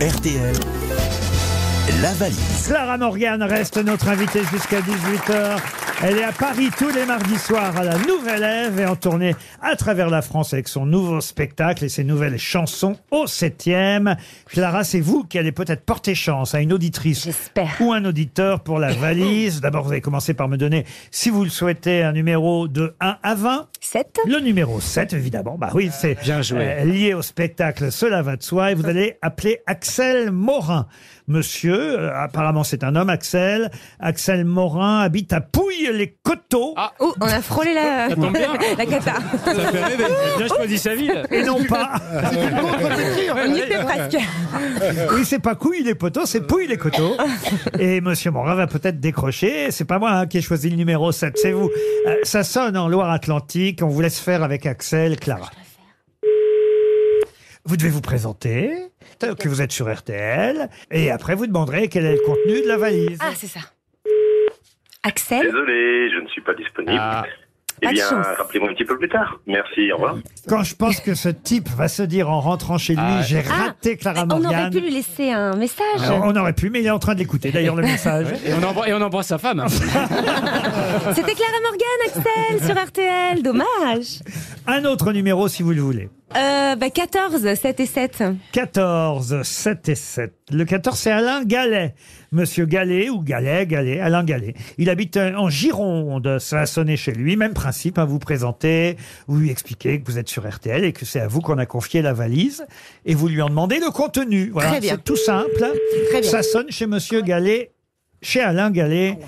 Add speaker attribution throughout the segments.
Speaker 1: RTL, la valise.
Speaker 2: Clara Morgan reste notre invitée jusqu'à 18h. Elle est à Paris tous les mardis soirs à la Nouvelle Ève et en tournée à travers la France avec son nouveau spectacle et ses nouvelles chansons au 7e. Clara, c'est vous qui allez peut-être porter chance à une auditrice
Speaker 3: J'espère.
Speaker 2: ou un auditeur pour la valise. D'abord, vous allez commencer par me donner, si vous le souhaitez, un numéro de 1 à 20.
Speaker 3: 7
Speaker 2: Le numéro 7, évidemment. Bah oui, c'est euh, lié au spectacle Cela va de soi. Et vous allez appeler Axel Morin. Monsieur, euh, apparemment c'est un homme, Axel. Axel Morin habite à Pouille-les-Coteaux.
Speaker 3: Oh, on a frôlé la,
Speaker 4: tombe bien.
Speaker 3: la cata.
Speaker 4: Ça fait rêver. Il a bien choisi sa ville.
Speaker 2: Et non pas.
Speaker 3: On y était presque.
Speaker 2: Oui, c'est pas couille les poteaux, c'est pouille les coteaux. Et monsieur Morin va peut-être décrocher. C'est pas moi hein, qui ai choisi le numéro 7, c'est vous. Euh, ça sonne en Loire-Atlantique. On vous laisse faire avec Axel, Clara. Vous devez vous présenter, euh, que vous êtes sur RTL, et après vous demanderez quel est le contenu de la valise.
Speaker 3: Ah, c'est ça. Axel
Speaker 5: Désolé, je ne suis pas disponible.
Speaker 4: Ah.
Speaker 3: Ah.
Speaker 5: Eh
Speaker 3: Pas de
Speaker 5: bien,
Speaker 3: chance.
Speaker 5: rappelez-moi un petit peu plus tard. Merci, au revoir.
Speaker 2: Quand je pense que ce type va se dire en rentrant chez lui,
Speaker 4: Ah.
Speaker 2: j'ai
Speaker 3: Ah,
Speaker 2: raté Clara Ah.
Speaker 3: On aurait
Speaker 2: Morgan.
Speaker 3: pu lui laisser un message.
Speaker 2: Alors, on aurait pu, mais il est en train de l'écouter d'ailleurs le message.
Speaker 4: Et on, embrasse, et on embrasse sa femme. hein.
Speaker 3: C'était Clara Morgan, Axel, sur RTL. Dommage.
Speaker 2: Un autre numéro si vous le voulez.
Speaker 3: Euh, bah 14, 7 et 7.
Speaker 2: 14, 7 et 7. Le 14, c'est Alain Gallet. Monsieur Gallet, ou Gallet, Gallet, Alain Gallet. Il habite euh, en Gironde. Ça a sonné chez lui. Même principe, à vous présenter, vous lui expliquez que vous êtes sur RTL et que c'est à vous qu'on a confié la valise. Et vous lui en demandez le contenu. Voilà,
Speaker 3: Très bien.
Speaker 2: c'est tout simple.
Speaker 3: Très bien.
Speaker 2: Ça sonne chez Monsieur Gallet, chez Alain Gallet,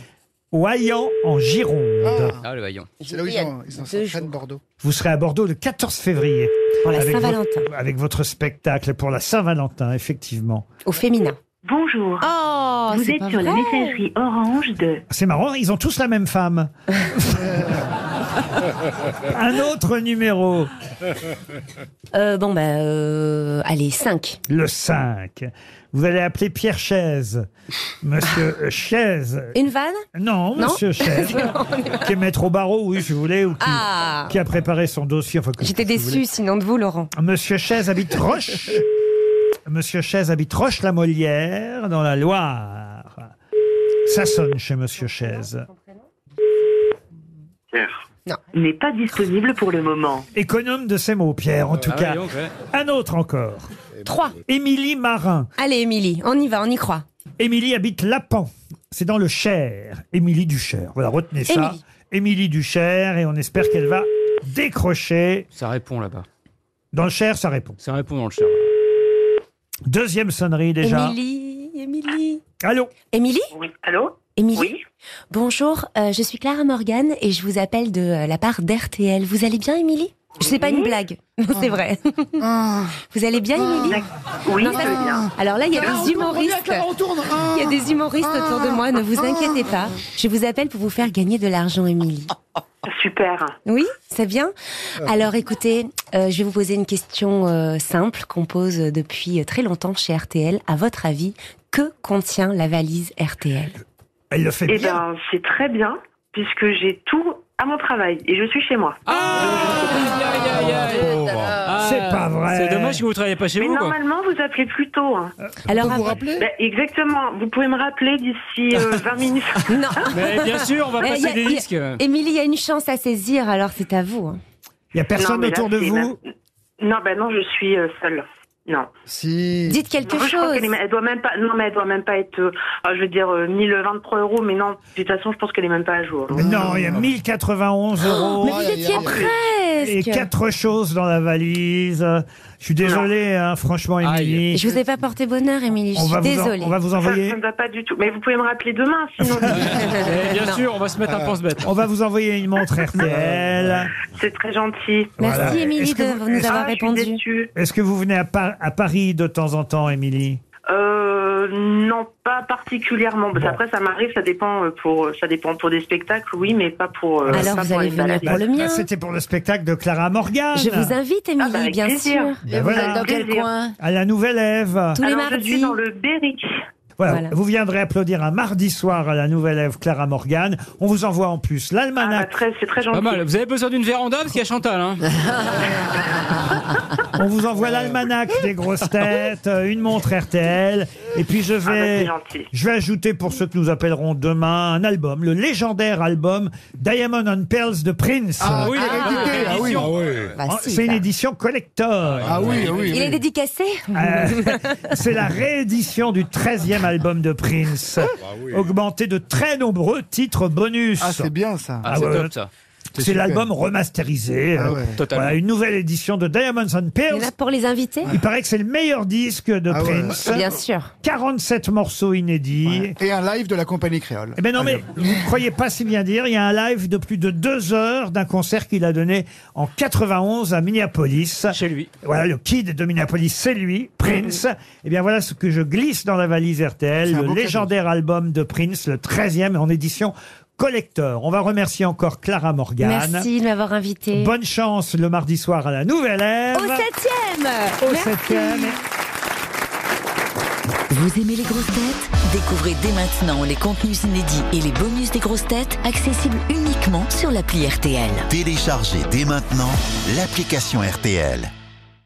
Speaker 2: au Haillan, en Gironde.
Speaker 4: Ah, le vaillant.
Speaker 6: C'est là où ils sont, ils sont
Speaker 3: deux
Speaker 6: s'entraînent,
Speaker 3: jours.
Speaker 6: Bordeaux.
Speaker 2: Vous serez à Bordeaux le 14 février.
Speaker 3: Pour la
Speaker 2: Avec votre-
Speaker 3: Saint-Valentin.
Speaker 2: Avec votre spectacle pour la Saint-Valentin, effectivement.
Speaker 3: Au féminin.
Speaker 7: Bonjour.
Speaker 3: Oh,
Speaker 7: Vous
Speaker 3: c'est
Speaker 7: êtes
Speaker 3: pas
Speaker 7: sur la
Speaker 3: vrai.
Speaker 7: messagerie orange de
Speaker 2: C'est marrant, ils ont tous la même femme. un autre numéro,
Speaker 3: Euh, bon, bah, euh, allez, 5.
Speaker 2: le 5. Vous allez appeler Pierre Chaise. Monsieur Chaise.
Speaker 3: Une vanne
Speaker 2: Non,
Speaker 3: Non.
Speaker 2: monsieur Chaise. qui est maître au barreau, oui, si vous voulez, ou qui,
Speaker 3: Ah
Speaker 2: qui a préparé son dossier. enfin, que-
Speaker 3: J'étais
Speaker 2: si vous voulez.
Speaker 3: déçue sinon de vous, Laurent.
Speaker 2: Monsieur Chaise habite Roche. Monsieur Chaise habite Roche-la-Molière, dans la Loire. Ça sonne chez Monsieur Chaise.
Speaker 5: Pierre.
Speaker 7: n'est pas disponible pour le moment.
Speaker 2: Économe de ses mots, Pierre, en tout
Speaker 4: Ah,
Speaker 2: cas.
Speaker 4: voyons, ouais.
Speaker 2: Un autre encore.
Speaker 3: 3.
Speaker 2: Émilie Marin.
Speaker 3: Allez, Émilie, on y va, on y croit.
Speaker 2: Émilie habite Lapan. C'est dans le Cher. Émilie du Cher. Voilà, retenez ça.
Speaker 3: Émilie.
Speaker 2: Émilie du Cher. Et on espère qu'elle va décrocher.
Speaker 4: Ça répond là-bas.
Speaker 2: Dans le Cher, ça répond.
Speaker 4: Ça répond dans le chat.
Speaker 2: Deuxième sonnerie déjà.
Speaker 3: Émilie, Émilie.
Speaker 2: Allô
Speaker 3: Émilie
Speaker 7: Oui. Allô
Speaker 3: Émilie
Speaker 7: Oui.
Speaker 3: Bonjour, euh, je suis Clara Morgan et je vous appelle de euh, la part d'RTL. Vous allez bien, Émilie Je sais pas une blague. Non, c'est vrai.
Speaker 6: Ah,
Speaker 3: Vous allez bien, Émilie
Speaker 7: Oui,
Speaker 3: Non,
Speaker 7: je
Speaker 3: ça-
Speaker 7: veux bien.
Speaker 3: Alors là, il y a
Speaker 6: Ah, on
Speaker 3: des
Speaker 6: tourne, on y
Speaker 3: humoristes.
Speaker 6: est, Clara, on tourne. Ah.
Speaker 3: Il y a des humoristes
Speaker 6: Ah,
Speaker 3: autour de moi, ne vous
Speaker 6: ah.
Speaker 3: inquiétez pas. Je vous appelle pour vous faire gagner de l'argent, Émilie.
Speaker 7: Super.
Speaker 3: Oui, c'est bien.
Speaker 6: Ah.
Speaker 3: Alors écoutez, euh, je vais vous poser une question euh, simple qu'on pose depuis euh, très longtemps chez RTL. À votre avis, que contient la valise RTL
Speaker 2: Elle le fait
Speaker 7: Eh
Speaker 2: bien.
Speaker 7: bien, c'est très bien, puisque j'ai tout à mon travail et je suis chez moi.
Speaker 4: Ah, aïe, aïe, aïe, aïe. Ah,
Speaker 2: C'est pas vrai.
Speaker 4: C'est dommage que vous travaillez pas chez
Speaker 7: Mais
Speaker 4: vous, quoi.
Speaker 7: normalement, vous appelez plus tôt. hein.
Speaker 3: Alors
Speaker 6: vous
Speaker 3: à-
Speaker 6: vous
Speaker 2: Euh.
Speaker 6: rappelez
Speaker 7: Ben, exactement. Vous pouvez me rappeler d'ici euh, 20 minutes.
Speaker 3: non.
Speaker 4: Mais bien sûr, on va
Speaker 3: Eh, y
Speaker 4: passer
Speaker 3: a-
Speaker 4: des
Speaker 3: y a-
Speaker 4: disques.
Speaker 3: Émilie, il y a une chance à saisir, alors c'est à vous. hein.
Speaker 2: Il n'y a personne
Speaker 7: Non, mais là,
Speaker 2: autour de
Speaker 7: c'est
Speaker 2: vous.
Speaker 7: même- Non, ben non, je suis euh, seule. Non.
Speaker 6: Si.
Speaker 3: Dites quelque
Speaker 7: Moi, je crois
Speaker 3: chose.
Speaker 7: qu'elle est- elle doit même pas. Non, mais elle doit même pas être. euh, ah, je veux dire euh, 1023 euros, mais non. De toute façon, je pense qu'elle est même pas à jour.
Speaker 2: Non, il y a 1091 euros.
Speaker 3: Mais vous
Speaker 6: Aïe, aïe,
Speaker 3: étiez
Speaker 6: aïe.
Speaker 2: Et
Speaker 3: presque.
Speaker 2: quatre choses dans la valise. Je suis désolé, hein, franchement,
Speaker 4: Aïe.
Speaker 2: Émilie.
Speaker 3: Je vous ai pas porté bonheur, Émilie. Je
Speaker 2: On
Speaker 3: suis
Speaker 2: va, vous en-
Speaker 3: désolée.
Speaker 2: on va vous
Speaker 7: Ça,
Speaker 2: envoyer.
Speaker 7: ça ne va pas du tout. Mais vous pouvez me rappeler demain, sinon.
Speaker 4: Eh, bien
Speaker 3: Non.
Speaker 4: sûr, on va se mettre un pense-bête.
Speaker 2: On va vous envoyer une montre RTL.
Speaker 7: C'est très gentil.
Speaker 2: Voilà.
Speaker 3: Merci, Émilie,
Speaker 2: Est-ce que
Speaker 3: de
Speaker 2: vous-
Speaker 3: nous avoir
Speaker 7: Ah, Je suis
Speaker 3: répondu.
Speaker 7: déçue.
Speaker 2: Est-ce que vous venez à, Par- à Paris de temps en temps, Émilie
Speaker 7: Euh, non, pas particulièrement. Parce Après, ça m'arrive, ça dépend euh, pour, euh, ça dépend pour des spectacles, oui, mais pas pour. euh,
Speaker 3: Alors,
Speaker 7: pas
Speaker 3: vous
Speaker 7: pour
Speaker 3: allez
Speaker 7: les
Speaker 3: venir
Speaker 7: balades.
Speaker 3: pour le mien.
Speaker 2: Bah, C'était pour le spectacle de Clara Morgan.
Speaker 3: Je vous invite,
Speaker 7: Ah, bah,
Speaker 3: Émilie,
Speaker 7: avec
Speaker 3: bien
Speaker 7: plaisir.
Speaker 3: sûr.
Speaker 2: Ben voilà,
Speaker 7: dans quel Plaisir.
Speaker 3: coin
Speaker 2: à la nouvelle Ève.
Speaker 3: Tous les
Speaker 7: Alors, je suis
Speaker 3: mardis.
Speaker 7: dans le Berry.
Speaker 2: Voilà.
Speaker 3: Voilà.
Speaker 2: Vous viendrez applaudir un mardi soir à la Nouvelle Ève Clara Morgan. On vous envoie en plus
Speaker 7: Ah, bah,
Speaker 2: l'almanach.
Speaker 7: très- c'est très gentil.
Speaker 4: Pas mal. Vous avez besoin d'une véranda parce qu'il y a Chantal. Hein.
Speaker 7: Ah, bah,
Speaker 2: On vous envoie l'almanach des grosses têtes, euh, une montre RTL. Et puis je
Speaker 7: Ah, bah, c'est
Speaker 2: vais,
Speaker 7: gentil.
Speaker 2: je vais ajouter pour ceux que nous appellerons demain un album, le légendaire album Diamond and Pearls de Prince.
Speaker 4: oui, il y avait pas
Speaker 6: écoutez,
Speaker 4: de
Speaker 6: ah oui,
Speaker 4: réédition.
Speaker 6: ah oui.
Speaker 3: Bah,
Speaker 2: En-
Speaker 3: si,
Speaker 2: Oh, C'est une
Speaker 3: ça.
Speaker 2: édition collector.
Speaker 6: Ah oui, ah oui,
Speaker 3: Il est
Speaker 6: oui.
Speaker 3: dédicacé
Speaker 2: Euh, c'est la réédition du 13e album de Prince, augmenté de très nombreux titres bonus.
Speaker 6: Ah, c'est bien ça.
Speaker 4: Ah, c'est
Speaker 2: ouais.
Speaker 4: top ça.
Speaker 2: c'est
Speaker 6: super.
Speaker 2: l'album remasterisé.
Speaker 6: Ah
Speaker 2: Euh,
Speaker 6: ouais.
Speaker 4: Totalement.
Speaker 2: Voilà, une nouvelle édition de Diamonds and
Speaker 3: Il y
Speaker 2: Pearls.
Speaker 3: en a pour les invités
Speaker 2: Il paraît que c'est le meilleur disque de
Speaker 6: Ah ouais.
Speaker 2: Prince.
Speaker 3: Bien sûr.
Speaker 2: 47 morceaux inédits.
Speaker 6: Et un live de la compagnie créole.
Speaker 2: Eh ben non, mais vous ne croyez pas si bien dire. Il y a un live de plus de deux heures d'un concert qu'il a donné en 91 à Minneapolis.
Speaker 4: Chez lui.
Speaker 2: Voilà, le kid de Minneapolis, c'est lui, Prince. Eh bien, voilà ce que je glisse dans la valise RTL,
Speaker 6: C'est un
Speaker 2: le
Speaker 6: beau cadeau.
Speaker 2: légendaire album de Prince, le 13e en édition collector. On va remercier encore Clara Morgan.
Speaker 3: Merci de m'avoir invité.
Speaker 2: Bonne chance le mardi soir à la Nouvelle Ève.
Speaker 3: Au septième
Speaker 2: Au
Speaker 3: Merci.
Speaker 2: septième.
Speaker 8: Vous aimez les grosses têtes Découvrez dès maintenant les contenus inédits et les bonus des grosses têtes accessibles uniquement sur l'appli RTL.
Speaker 1: Téléchargez dès maintenant l'application RTL.